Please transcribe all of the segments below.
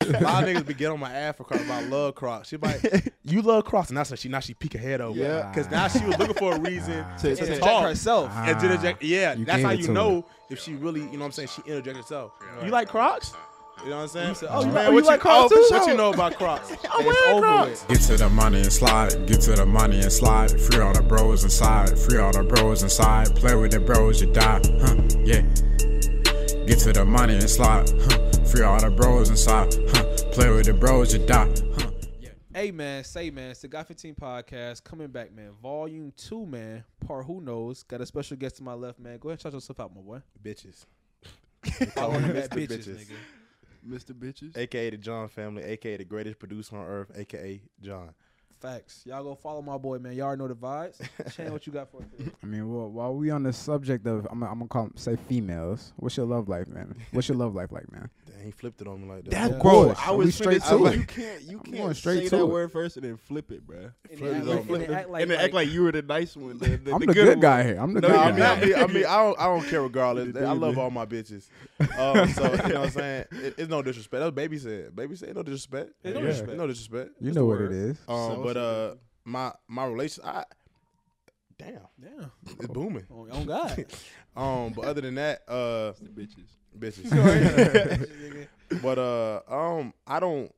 A lot of niggas be getting on my ass for Crocs, but I love Crocs. She be like, you love Crocs, and I said she now she peek her head over, Yeah. because now she was looking for a reason to, to to check talk. herself. And to interject, yeah, you that's gave how it you to know if she really, you know what I'm saying, she interjected herself. You like Crocs? You know what I'm saying? "Oh, you Man, like- oh, you what like Crocs oh, too?" What you know about Crocs? I'm wearing Crocs. Get to the money and slide, get to the money and slide. Free all the bros inside, free all the bros inside. Play with the bros, you die, huh? Yeah. Get to the money and slide, huh? Free all the bros inside, huh? Play with the bros, you die, huh? Yeah. Hey man, say man, it's the Guy 15 podcast coming back, man. Volume two, man. Par who knows? Got a special guest to my left, man. Go ahead and shout yourself out, my boy. Bitches. Call him him Mr. that bitches, Bitches. nigga. Mr. Bitches. AKA the John family, AKA the greatest producer on earth, AKA John. Facts. Y'all go follow my boy, man. Y'all already know the vibes. Shane, what you got for us? today? I mean, well, while we on the subject of, I'm, I'm gonna call 'em, say females. What's your love life, man? What's your love life like, man? Dang, he flipped it on me like that. That Yeah. course. bro, I We was straight straight to to it. You can't, you I'm can't going straight say to that it. word first and then flip it, bro. And Flip it they on act me. like- and they act like- and then act like- like you were the nice one. The, the, I'm the, the good, one. guy here. I'm the No, good No, I guy. mean, I mean, I, mean I, don't, I don't care regardless. I love all my bitches. Um, so you know what I'm saying? It, it's no disrespect. That's what baby said. Baby said no disrespect. It's no Yeah. disrespect. No disrespect. you It's know the what word. it is. Um, So- but uh, my my relation, I damn, Damn. it's booming. On, on God. Um, but other than that, uh, The bitches. bitches. but uh, um, I don't.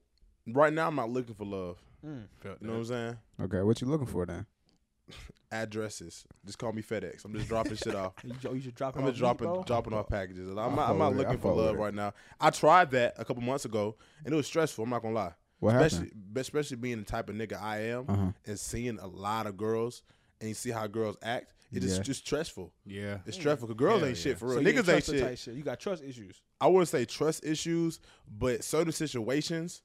Right now, I'm not looking for love. Mm. You know what I'm saying? Okay, what you looking for then? Addresses. Just call me FedEx. I'm just dropping shit off. You, jo- you should drop I'm just dropping dropping off packages. I'm not, I'm fuck not with it. I looking for fuck with love it. right now. I tried that a couple months ago, and it was stressful. I'm not gonna lie. What happened? especially especially being the type of nigga I am Uh huh. and seeing a lot of girls and you see how girls act, it's just Yeah. just stressful. Yeah. It's stressful. 'cause girls Hell ain't yeah. shit for real. So you Niggas ain't trust the shit. type shit. You got trust issues. I wouldn't say trust issues, but certain situations,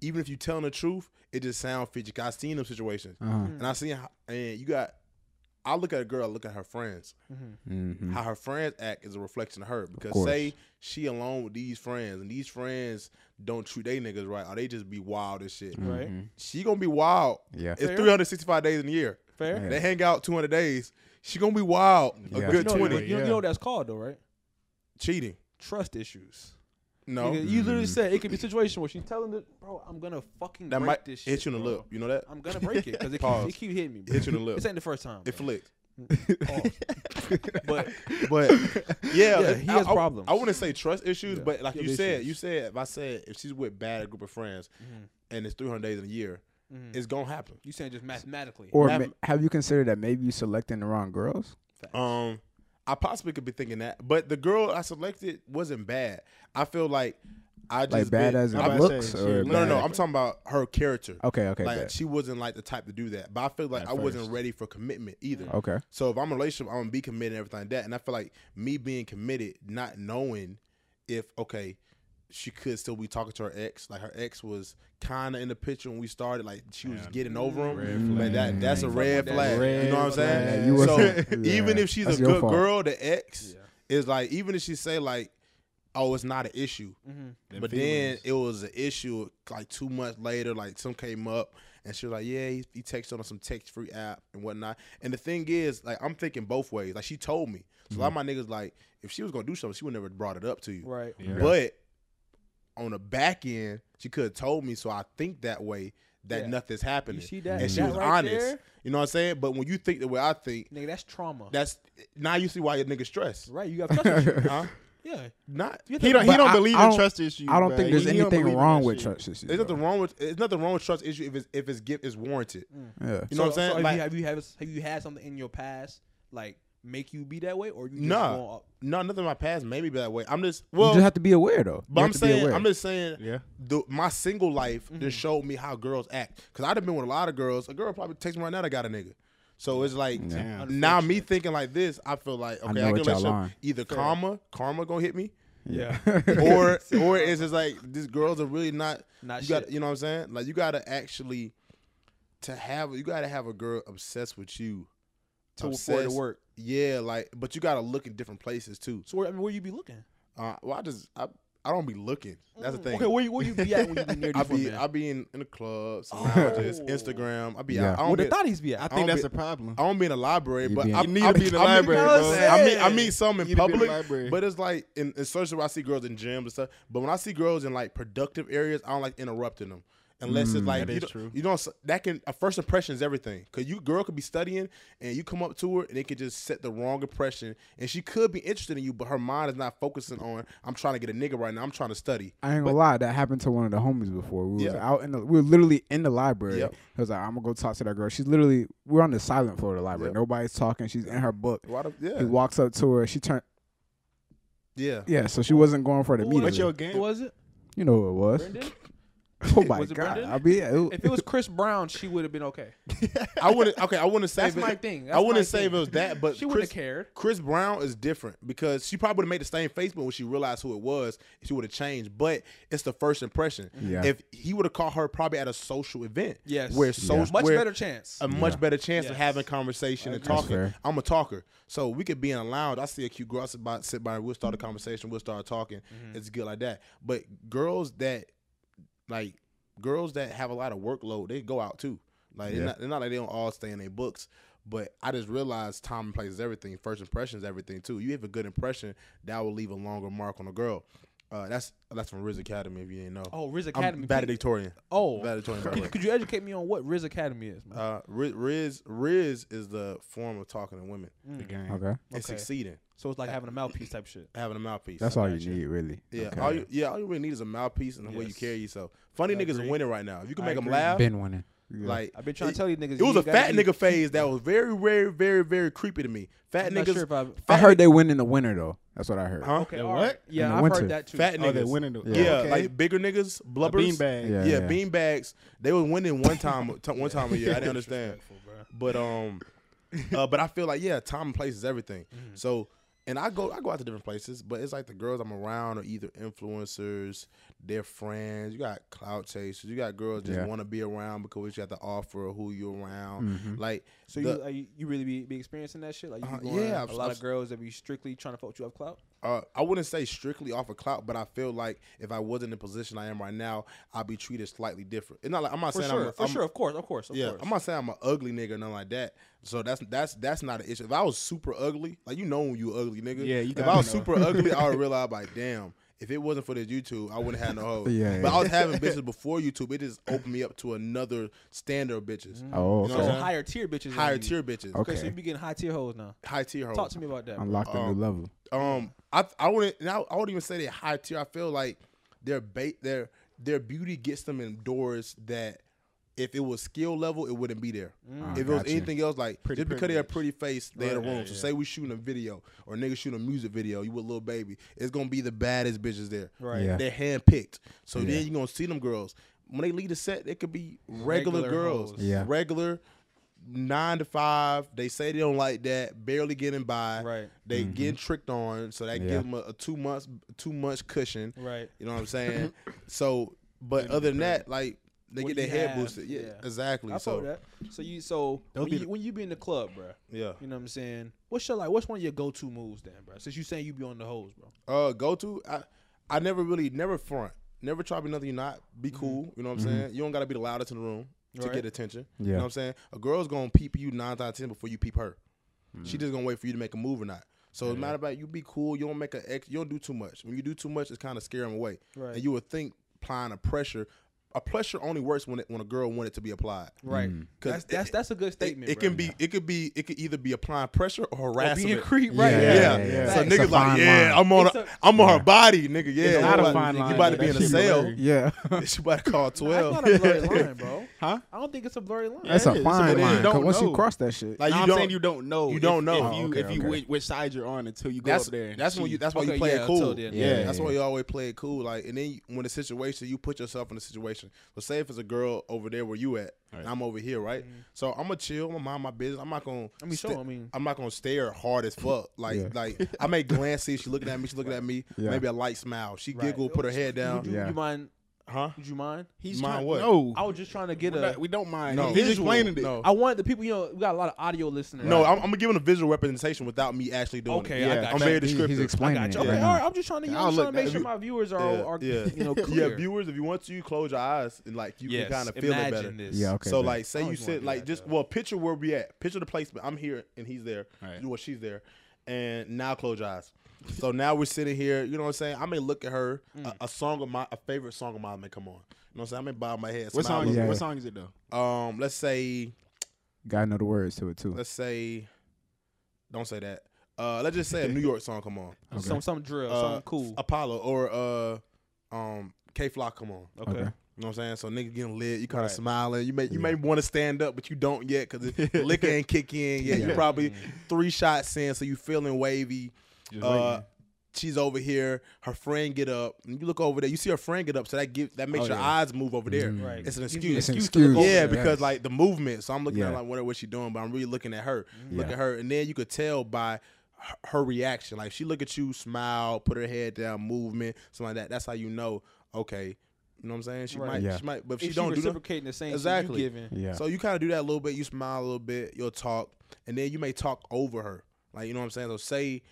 even if you telling the truth, it just sounds fishy. 'Cause I seen them situations, Uh Mm-hmm. huh. and I seen how, and you got. I look at a girl, I look at her friends. Mm-hmm. How her friends act is a reflection of her. Because course. say she alone with these friends, and these friends don't treat they niggas right, or they just be wild as shit. Mm. Right. She gonna be wild. Mm-hmm. Yeah. It's Fair. 365 days in a year. Fair. Yeah. They hang out 200 days. She gonna be wild a Yeah. good You know, 20. You, you know what that's called though, right? Cheating. Trust issues. No. Mm-hmm. Nigga, you literally said it could be a situation where she's telling the bro, I'm gonna fucking that break might this shit. hit you in the bro. lip. You know that? I'm gonna break it because it, Pause. keep- it keep hitting me. Bro. Hit you in the lip. This ain't the first time. It bro. flicked. Pause. but But yeah, Yeah, he I- has I, problems. I, wouldn't say trust issues, but like You you have said, issues. you said if I said if she's with bad a group of friends Mm-hmm. Mhm. and it's 300 days in a year, Mhm. it's gonna happen. you saying just mathematically. Or That- ma- have you considered that maybe you selecting the wrong girls? Facts. Um, I possibly could be thinking that, but the girl I selected wasn't bad. I feel like I just Like bad been- as in I- I'm about to looks say, or shit, no, no, no. bad- I'm talking about her character. Okay, okay, like bet. she wasn't like the type to do that. But I feel like At I was wasn't first. Mm-hmm. ready for commitment either. okay. So if I'm in a relationship, I'm gonna be committed and everything like that. And I feel like me being committed, not knowing if okay, she could still be talking to her ex. Like her ex was kind of in the picture when we started. Like she was Man, getting over him. red But that flag. that's a Ain't red fucking with that. flag. you know what I'm Red saying? Yeah, you so wasn't- even yeah, if she's that's a your good fault. girl, the ex Yeah. is like even if she say like, oh, it's not an issue. Mhm. But then it was an issue like two months later, like some came up and she was like, Yeah, he, he texted on some text free app and whatnot. And the thing is, like, I'm thinking both ways. Like, she told me. So a lot of my niggas, like, if she was gonna do something, she would never brought it up to you. Right. Yeah. But on the back end, she could have told me. So I think that way that Yeah. nothing's happening. You see that? And she That was right honest. there? You know what I'm saying? But when you think the way I think, Nigga, that's trauma. that's now you see why your nigga stressed. right. You got trust issues. Huh? Yeah. Not You He don't, he But don't I- believe I in don't- trust issues. I don't bruh. think He- there's he don't anything believe in wrong that with shit. trust issues. There's nothing though. wrong with it's nothing wrong with trust issue if it's if it's gift is warranted. You Yeah. know what So- I'm so saying? if Like, you, have you have have you had something in your past like make you be that way, or you just Nah. want- no, nothing in my past made me be that way. I'm just well, you just have to be aware though. but You I'm have to be saying aware. I'm just saying Yeah. the, my single life just showed me how girls act. Cause I'd have been with a lot of girls. A girl probably texts me right now. that got a nigga. So it's like Damn. now me thinking like this, I feel like okay, know I, what can y'all let you lying. either karma, karma gonna hit me, yeah. or or it's just like these girls are really not. Not you got shit. you know what I'm saying? Like you gotta actually to have you gotta have a girl obsessed with you to for it to Obsessed. work. Yeah, like, but you gotta look in different places too. So where, I mean, where you be looking? Uh, well, I just I I don't be looking. That's the thing. Mm. Okay, where you, where you be at when you be near I these be women? I be in, in the club, some lounges, Oh. Instagram. I be Yeah. out. I Where don't the be, thought he's be at? I I don't think that's be- a problem. I don't be in the library, You but be in- I You need I to be in the I meet- library, I was bro. saying- I mean, I Hey. meet some in You need to be in the public, library. but it's like in, in social where I see girls in gyms and stuff. But when I see girls in like productive areas, I don't like interrupting them unless it's like Mm, That you is don't- true. You know, that can a first impression is everything. Cause you girl could be studying and you come up to her and it could just set the wrong impression, and she could be interested in you, but her mind is not focusing on I'm trying to get a nigga right now. I'm trying to study. I ain't gonna lie, that happened to one of the homies before. We was Yeah. out in the, we were literally in the library. Yep. He was like, "I'm gonna go talk to that girl." She's literally, we're on the silent floor of the library. Yep. Nobody's talking. She's in her book. Why the- He yeah, walks up to her. She turned, yeah. yeah. So she wasn't going for it Who was immediately. What's your Who game? was it? you know who it was? Brendan? Oh my Was it god! Brendan? I mean, yeah, it, If it was Chris Brown, she would have been okay. I wouldn't. Okay, I wouldn't say That's if it- my thing. That's I wouldn't my say thing. if it was that, but She wouldn't Chris, have cared. Chris Brown is different because she probably would have made the same face, but when she realized who it was, she would have changed. But it's the first impression. Yeah. If he would have caught her probably at a social event, Yes. where Yeah. social, Much better chance. a much Yeah. better chance of Yes. having conversation and That's talking. fair. I'm a talker, so we could be in a lounge. I see a cute girl, I sit by, sit by, and we'll start a conversation. We'll start talking. Mm-hmm. It's good like that. But girls that like girls that have a lot of workload, they go out too. Like they're, Yeah. not, they're not like they don't all stay in their books. But I just realized time and place is everything. First impression is everything too. You have a good impression that will leave a longer mark on a girl. Uh, that's that's from Riz Academy. If you didn't know, Oh, Riz I'm Academy. Could- valedictorian. Oh, valedictorian. by the way. could, could you educate me on what Riz Academy is? man? Uh, Riz, Riz, Riz is the form of talking to women okay, and Okay. succeeding, so it's like having a mouthpiece type shit. having a mouthpiece. that's all you need, really. Yeah, Okay. all you, yeah, all you really need is a mouthpiece and the way you Yes. carry yourself. Funny I niggas agree. are winning right now. If you can I make them agree. laugh, been winning. Yeah. like I've been trying to tell you It was niggas. you a gotta fat be- nigga phase that was very, very, very, very creepy to me. Fat I'm not niggas, sure if I- I fat heard they win in the winter though. That's what I heard. huh? Okay, In all what? right. In Yeah, the I've winter. heard that too. Fat Oh, niggas, they winning the yeah, okay. like bigger niggas, A blubbers, beanbag. Yeah. yeah, bean bags. They was winning one time, t- one time a year. I didn't understand. But um, uh, but I feel like yeah, time and place is everything. Mm-hmm. So and I go I go out to different places, but it's like the girls I'm around are either influencers, their friends. You got clout chasers. You got girls just Yeah. want to be around because what you got to offer or who you around. Mm-hmm. Like So you, are you you really be, be experiencing that shit? Like you Uh-huh, be going yeah, yeah, I've- a lot I've- of girls that be strictly trying to fuck you up clout. uh, I wouldn't say strictly off of clout, but I feel like if I wasn't in the position I am right now, I'd be treated slightly different. It's not like I'm not For saying sure, I'm, a- for I'm- sure, of course, of course, of yeah, course. I'm not saying I'm an ugly nigga or nothing like that. So that's that's that's not an issue. If I was super ugly, like you know when you ugly nigga. Yeah, you If I gotta was know. super ugly, I would realize like damn. If it wasn't for this YouTube, I wouldn't have no hoes. Yeah, but yeah. I was having bitches before YouTube. It just opened me up to another standard of bitches, Oh, You know so what okay. I'm saying? higher tier bitches, than higher you. tier bitches, Okay. Okay, so you be getting high tier hoes now. high tier hoes. Talk to me about that. bro. unlocked a Um, new level. Um, I I wouldn't and I, I wouldn't even say they're high tier. I feel like their bait their their beauty gets them in doors that if it was skill level, it wouldn't be there. Mm. if it I was got you. anything else, like Pretty just because they have privilege. pretty face, they in the Right. room. Yeah, so yeah. say we shooting a video or niggas shooting a music video, you with little baby, it's gonna be the baddest bitches there. Right. Yeah. They're handpicked. So Yeah. then you're gonna see them girls. When they leave the set, they could be regular, Regular girls. hoes. Yeah. Regular nine to five. They say they don't like that, barely getting by. Right. They getting tricked on, so that give 'em Yeah. give them a, a two months two months cushion. Right. You know what I'm saying? so, but other than that, like they What get their you head have, boosted. Yeah, yeah. exactly. I so felt that. So you so Those when be you, the- when you be in the club, bro. yeah. You know what I'm saying? What's your like? What's one of your go to moves, then, bro? Since you saying you be on the hoes, bro. Uh, go to I, I never really never front. Never try to be nothing you're not. Be cool. You know what I'm saying? You don't gotta be the loudest in the room to Mm-hmm. Right. get attention. You Yeah. know what I'm saying? A girl's gonna peep you nine out of ten before you peep her. Mm. She just gonna wait for you to make a move or not. So it's a matter about you be cool. You don't make an ex. You don't do too much. When you do too much, it's kind of scare 'em away. Right. And you would think applying a pressure, a pressure only works when it, when a girl want it to be applied. Right. 'Cause That's that's it- that's a good Mm. It, statement. it bro. can be. It could be. It could either be applying pressure or Or harassment. being creep, right? Yeah, Yeah, yeah, yeah. So It's a niggas like, fine yeah, line. I'm on, It's a, a- I'm on her body, nigga. Yeah, It's not a you about- fine You line, about to but be in that a shit cell? blurry. Yeah, She about to call That's twelve. not a blurry line, bro. Huh? I don't think it's a blurry line. that's it a is, fine but it line. is. 'cause Don't once you know. cross that shit, like No, you I'm don't. saying you don't know. you don't if, know. if Oh, you okay, if you okay. which, which side you're on until you go that's up there. and that's when see. you. That's why Okay, you play yeah, it cool. until then. Yeah, Yeah, that's yeah. why you always play it cool. Like, and then you, when the situation, you put yourself in a situation. So say if it's a girl over there where you at, and I'm over here, right? So I'm gonna chill. I'm gonna mind my business. I'm not gonna. I mean, sure, I mean- I'm not gonna stare hard as fuck. Like, Yeah. like I may glance see if she looking at me. She looking at me. Yeah. Maybe a light smile. She Right. giggle, put her head down. Would you, Yeah. you mind Huh? Would you mind? He's Mind trying- what? No, I was just trying to get We're a. not- we don't mind. No. He's Visual. explaining it. No. I wanted the people. You know, we got a lot of audio listeners. No, I'm, I'm gonna give him a visual representation without me actually doing Okay, it. I got I'm you. very He- descriptive. he's I explaining got it you. Okay, right all now. right. I'm just trying to. You know, I'll I'm look trying to make that- sure my viewers are Yeah, are yeah. you know yeah, clear. viewers, if you want to, you close your eyes and like you Yes, can kind of feel it imagine better. This. Yeah. Okay. so bet. like, say you always wanna sit do like that, just though. well, picture where we at. Picture the placement. I'm here and he's there. Alright. Well, she's there, and now close your eyes. so now we're sitting here. You know what I'm saying? I may look at her. Mm. A, a song of my a favorite song of mine may come on. You know what I'm saying? I may bob my head. What smile song? Is a it? Yeah. What song is it though? little. Um, let's say Gotta know the words to it too. let's say, don't say that. Uh, let's just say a New York song come on. Okay. Some some drill, Uh, something cool. Apollo or uh, um, K Flock come on. Okay. okay. You know what I'm saying? So niggas getting lit, you kind of Right. smiling. You may you Yeah. may want to stand up, but you don't yet because liquor ain't kick in. Yeah, you Yeah. probably three shots in, so you feeling wavy. Just Uh, she's over here. Her friend get up, and you look over there. You see her friend get up, so that give that makes Oh, your yeah. eyes move over there. Mm. Right. It's an Gives you excuse. It's an to look excuse. over Yeah, there. because like the movement. So I'm looking at Mm-hmm. Yeah. like what what she doing, but I'm really looking at her. Yeah. Look at her, and then you could tell by her- her reaction. Like she look at you, smile, put her head down, movement, something like that. That's how you know. Okay, you know what I'm saying? She Right. might, Yeah. she might, but if If she don't do that. reciprocating the same Exactly. exactly. you giving. Yeah. So you kind of do that a little bit. You smile a little bit. You'll talk, and then you may talk over her. Like you know what I'm saying. So say,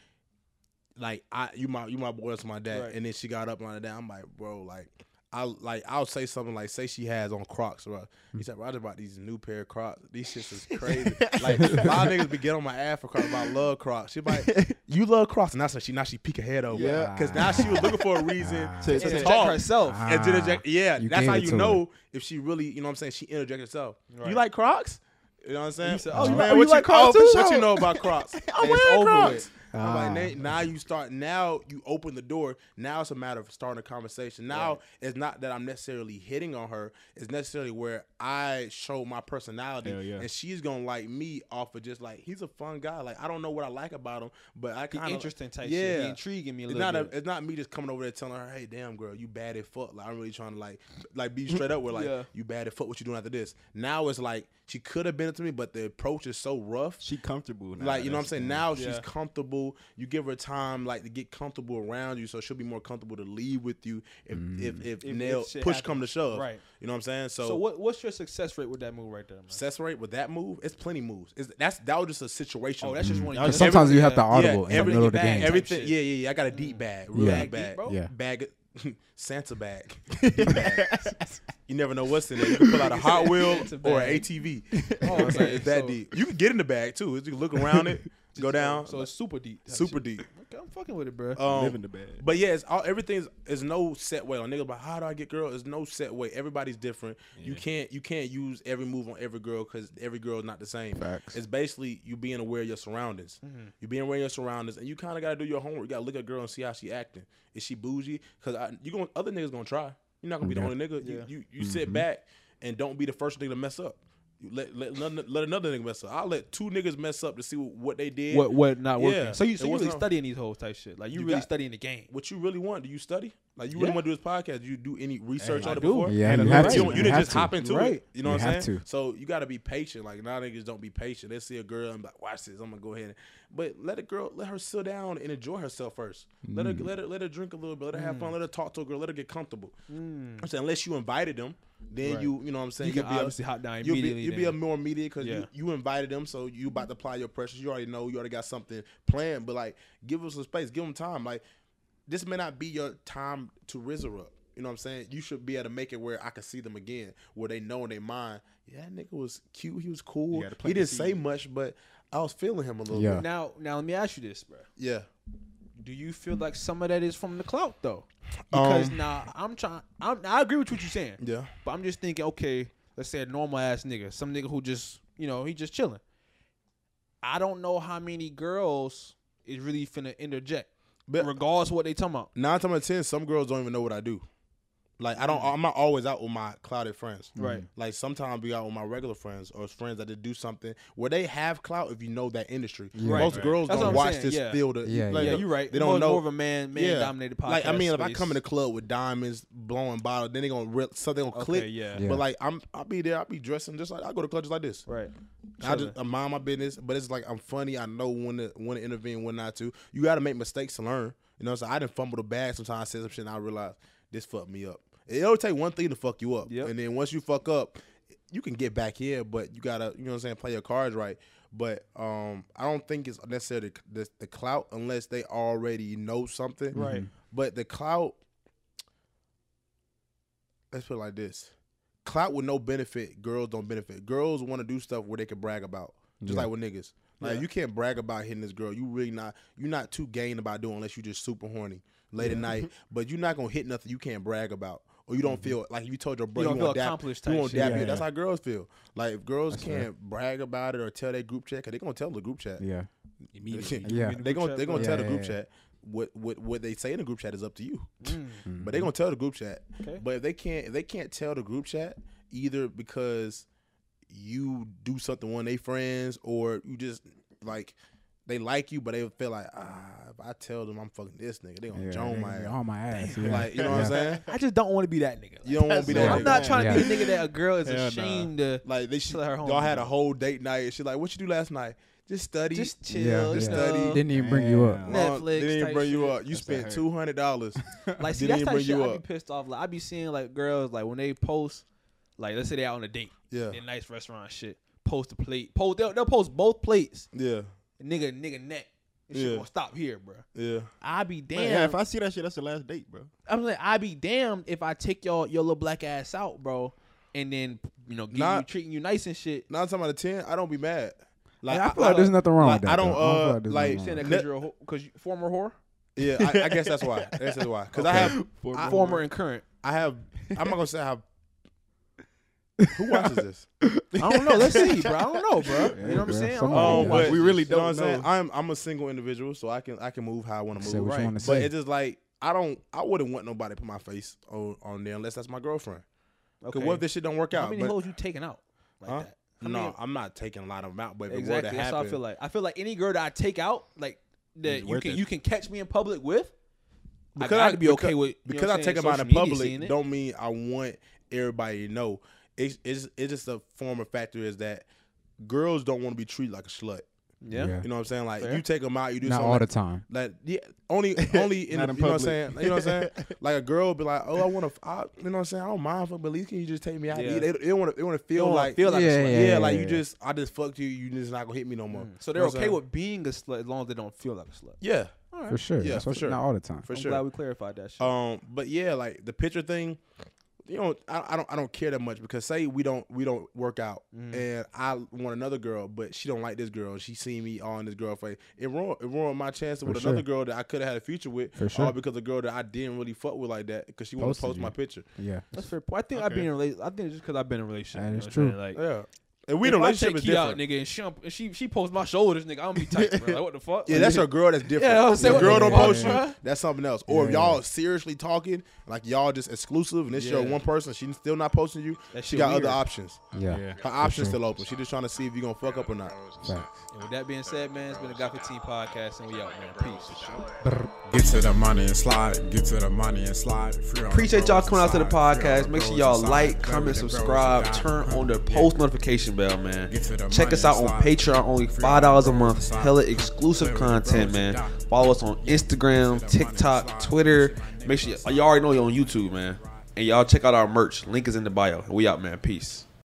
like I you my you my boy that's my dad, Right. and then she got up and like that. I'm like bro, like I like I'll say something like say she has on Crocs, bro. He said Roger bought these new pair of Crocs. These shits is crazy. like a lot of niggas be getting on my ass for Crocs. But I love Crocs. She like you love Crocs, and that's why she now she peek her head over. Yeah. because now she was looking for a reason Ah. to, To- to to Interject talk. herself. Ah. And to interject, yeah, You that's gave how it you to know if she really, you know what I'm saying, she interjected herself. You Right. like Crocs? You know what I'm saying? You said, "Oh, you Man, like- oh, what you like Crocs oh, too?" What you know about Crocs? I'm wearing Crocs. I'm like, Ah. "Nay, now you start, now you open the door. Now it's a matter of starting a conversation. Now it's not that I'm necessarily hitting on her. It's necessarily where I show my personality. Hell yeah. And she's going to like me off of just like, he's a fun guy. Like, I don't know what I like about him, but I He kind of. interesting type yeah. shit. He intriguing me a It's little not a, bit. it's not me just coming over there telling her, hey, damn girl, you bad at fuck. Like I'm really trying to like like be straight up with like Yeah. you bad at fuck. What you doing after this? Now it's like she could have been up to me, but the approach is so rough. She comfortable now. Like you know what I'm that's saying? the Now Yeah. she's comfortable. You give her time like to get comfortable around you, so she'll be more comfortable to leave with you if if, if, Mm. If- nail if shit push happens. come to shove. Right. You know what I'm saying? So, So, what what's your success rate with that move right there, man? success rate with that move? It's plenty moves. It's, that's that was just a situation. Mm. Oh, that's just one. of And your- Mm. sometimes you have to Yeah. audible in the everything middle of the back. game. Every- Everything. shit. Yeah, yeah, yeah. I got a deep bag, real Yeah. big bag, Deep, bro? Yeah. bag, of- Santa bag. Deep bags. you never know what's in there. You can pull out a Hot Wheel Santa or an bag. ATV. You know what I'm saying? okay, It's that so- deep. You can get in the bag too. You can look around it, go down. So it's super deep. type super shit. deep. Okay, I'm fucking with it, bro. Um, living the bad. but yeah, it's all everything's is no set way. Like niggas like, how do I get girl? There's no set way. Everybody's different. You can't you can't use every move on every girl because every girl is not the same. Facts. It's basically you being aware of your surroundings. You being aware of your surroundings, and you kind of gotta do your homework. You gotta look at a girl and see how she acting. Is she bougie? Because you going other niggas gonna try. You're not gonna be the Yeah. only nigga. Yeah. You you, you sit back and don't be the first nigga to mess up. You Let let, none- let another nigga mess up. I'll let two niggas mess up to see what, what they did. what what not working? Yeah. So you It so you wasn't really on- studying these whole type shit. Like you, You really got- studying the game. what you really want. Do you study? Like you really Yeah. want to do this podcast? Do you do any research Hey, on I it do. before? Yeah, And you don't- have to. don't- You didn't have just to. hop into Right. it. You know You what I'm have saying? to. So you got to be patient. Like now niggas don't be patient. They see a girl and be like, watch this. I'm gonna go ahead. And, but let a girl, let her sit down and enjoy herself first. Let her, let her, let her drink a little bit. Let her have fun. Let her talk to a girl. Let her get comfortable. I'm saying unless you invited them, then Right. you, you know what I'm saying. You can You'll be a- obviously hop down You'll be, immediately you'll be then. a more immediate because Yeah. you, you invited them, so you about to apply your pressures. You already know you already got something planned, but like give them some space, give them time. Like this may not be your time to rizzer up. You know what I'm saying? You should be able to make it where I can see them again, where they know in their mind, yeah, that nigga was cute, he was cool, You gotta he plant the didn't say seed. much, but I was feeling him a little Yeah. bit. Now now let me ask you this, bro. Yeah, Do you feel like some of that is from the clout though? Because Um, now I'm trying. I'm, I agree with what you're saying. yeah. But I'm just thinking, okay, let's say a normal ass nigga, some nigga who just, you know, he just chilling. I don't know how many girls is really finna interject, But- regardless of what they talking about. Nine times out of ten, some girls don't even know what I do. Like I don't, I'm not always out with my clouded friends. Right. Mm-hmm. Like sometimes be out with my regular friends or friends that did do something where they have clout if you know that industry. Right. Most Right. girls That's what don't I'm watch saying, this yeah. field. Of, Yeah, like, yeah, you're right. They don't more, know more of a man, man dominated podcast. Like I mean, if I space. come in the club with diamonds blowing bottle, then they gonna re- something gonna Okay, click. yeah. Yeah. But like I'm, I'll be there. I'll be dressing just like I go to club just like this. right, I just I mind my business, but it's like I'm funny. I know when to when to intervene, when not to. You got to make mistakes to learn. You know, so I didn't fumble the bag. Sometimes I said some shit and I realized this fucked me up. It only take one thing to fuck you up, Yep. and then once you fuck up, you can get back here, but you gotta, you know what I'm saying, play your cards right. But um, I don't think it's necessarily the, the clout unless they already know something. Right. Mhm. But the clout, let's put it like this: clout with no benefit. Girls don't benefit. Girls want to do stuff where they can brag about, just like with niggas. Like you can't brag about hitting this girl. You really not. You're not too gained about doing unless you just super horny late at night. But you're not gonna hit nothing you can't brag about. Or you don't feel like if you told your brother Mm-hmm. don't you, feel want dap, accomplished you type want shit. dap Yeah, you. yeah. That's how girls feel. Like if girls can't brag about it or tell their group chat, cause they gonna tell the group chat. Yeah. Immediately. Yeah. They gonna they gonna Yeah, tell the yeah, group yeah. chat what what what they say in the group chat is up to you. But they gonna tell the group chat. Mm, Okay. Mm-hmm. But if they can't if they can't tell the group chat either because you do something with one of their friends or you just like they like you, but they feel like ah if I tell them I'm fucking this nigga, they gonna yeah. join my yeah, ass. on my ass. Yeah. Like you know what I'm Yeah. saying? I just don't want to be that nigga. Like, You don't want to be That's that. it. I'm nigga. not trying to be Yeah. the nigga that a girl is Hell nah. ashamed to. Like they should, Tell her home. y'all had a whole date night and shit. Like, what you do last night? Just study. Just chill. Yeah, you just know? study. Didn't even bring you up. Uh, Nah. Netflix They didn't type bring you shit. up. You spent hurt. two hundred dollars. Like, see, Didn't that's even type of bring shit you I be up. pissed off. Like, I be seeing like girls like when they post, like let's say they out on a date, Yeah. in nice restaurant shit, post a plate, post they'll, they'll post both plates, Yeah, nigga, nigga neck. This shit Yeah. gonna stop here, bro. yeah. I be damned. Man, yeah, if I see that shit, that's the last date, bro. I'm like, I be damned if I take y'all your little black ass out, bro, and then you know, give you, Not- treating you nice and shit. Nine times out of ten, I don't be mad. Like Yeah, I feel like there's nothing wrong like, with that. I don't, though. feel uh, there's like, nothing Saying wrong with that Let- because you're a whore, cause you former whore, yeah, I, I guess that's why. I guess that's why. Because I have, Former- former and current. I have. I'm not gonna say I have. Who watches this? I don't know. Let's see, bro. I don't know, bro. Yeah, you know what I'm bro. saying? Somebody I Oh, don't know. Yeah. but We really you know don't what I'm saying? know. I'm I'm a single individual, so I can I can move how I want that. to Say move. what right, you want to But say. it's just like I don't. I wouldn't want nobody to put my face on on there unless that's my girlfriend. Because Okay. what if this shit don't work out? How many But- hoes you taking out like Huh? that? How No, many- I'm not taking a lot of them out. But if it were to exactly. That's happen, how I feel like. I feel like any girl that I take out, like that It's you worth can it. you can catch me in public with. because I I, gotta be okay with you know because what I I'm take saying, them out social in media public. seeing it. Don't mean I want everybody to know. It's it's, it's just a form of factor is that girls don't want to be treated like a slut. Yeah. Yeah. You know what I'm saying? Like Fair. you take them out, you do Not something all like- the time. Like yeah, only only in, the- you know Not in what I'm public. saying. You know what I'm saying. Like a girl would be like, oh, I want to, you know what I'm saying. I don't mind, fuck, but at least can you just take me out? Yeah. They, they want to they want to feel wanna like feel like a yeah, slut. Mm. yeah, Yeah, like yeah, you yeah. just I just fucked you. You just not gonna hit me no more. So they're You know what I'm okay saying? with being a slut as long as they don't feel like a slut. yeah For sure. Yeah, That's for what- sure. Not all the time. for I'm sure. glad we clarified that shit. Um, but yeah, like the picture thing, you know, I, I don't I don't care that much because say we don't we don't work out Mm. and I want another girl, but she don't like this girl. She seen me on this girl face. It ruined it ruined my chances with sure. another girl that I could have had a future with, For sure. all because a girl that I didn't really fuck with like that because she wanted to post Posted my you. picture. Yeah. That's fair. point. I think I've been in a rela- I think it's just because I've been in a relationship. That you know is what I'm true. saying? Like, Yeah, and we if the I relationship take is Key out, different. nigga, and she, don't- and she she posts my shoulders, nigga. I'm gonna be tight, bro. Like, what the fuck? yeah, that's a girl that's different. Yeah, I was saying, If what girl the don't fuck, post bruh? you. That's something else. Or if y'all seriously talking, like y'all just exclusive and it's your Yeah. one person, she's still not posting you. That She shit got weird. other options. Yeah. Yeah. Her option's still open. She just trying to see if you gonna fuck up or not. Facts. And with that being said, man, it's been a Got 15 podcast, and we out, man. Peace. Get to the money and slide. Get to the money and slide. Free on Appreciate y'all bros coming out to the inside, free on podcast. Make sure bros y'all inside, like, play comment, with the bros subscribe, inside. turn on the Yeah. post notification bell, man. Get to the Check money us out on and slide. Patreon, only Free five dollars a on the month. bros inside. Hella exclusive Play with the content, bros man. inside. Follow us on Get Instagram, to the money TikTok, and slide. Twitter. Get your Make sure niggas y'all, you already know you're on YouTube, man. And y'all check out our merch. Link is in the bio. We out, man. Peace.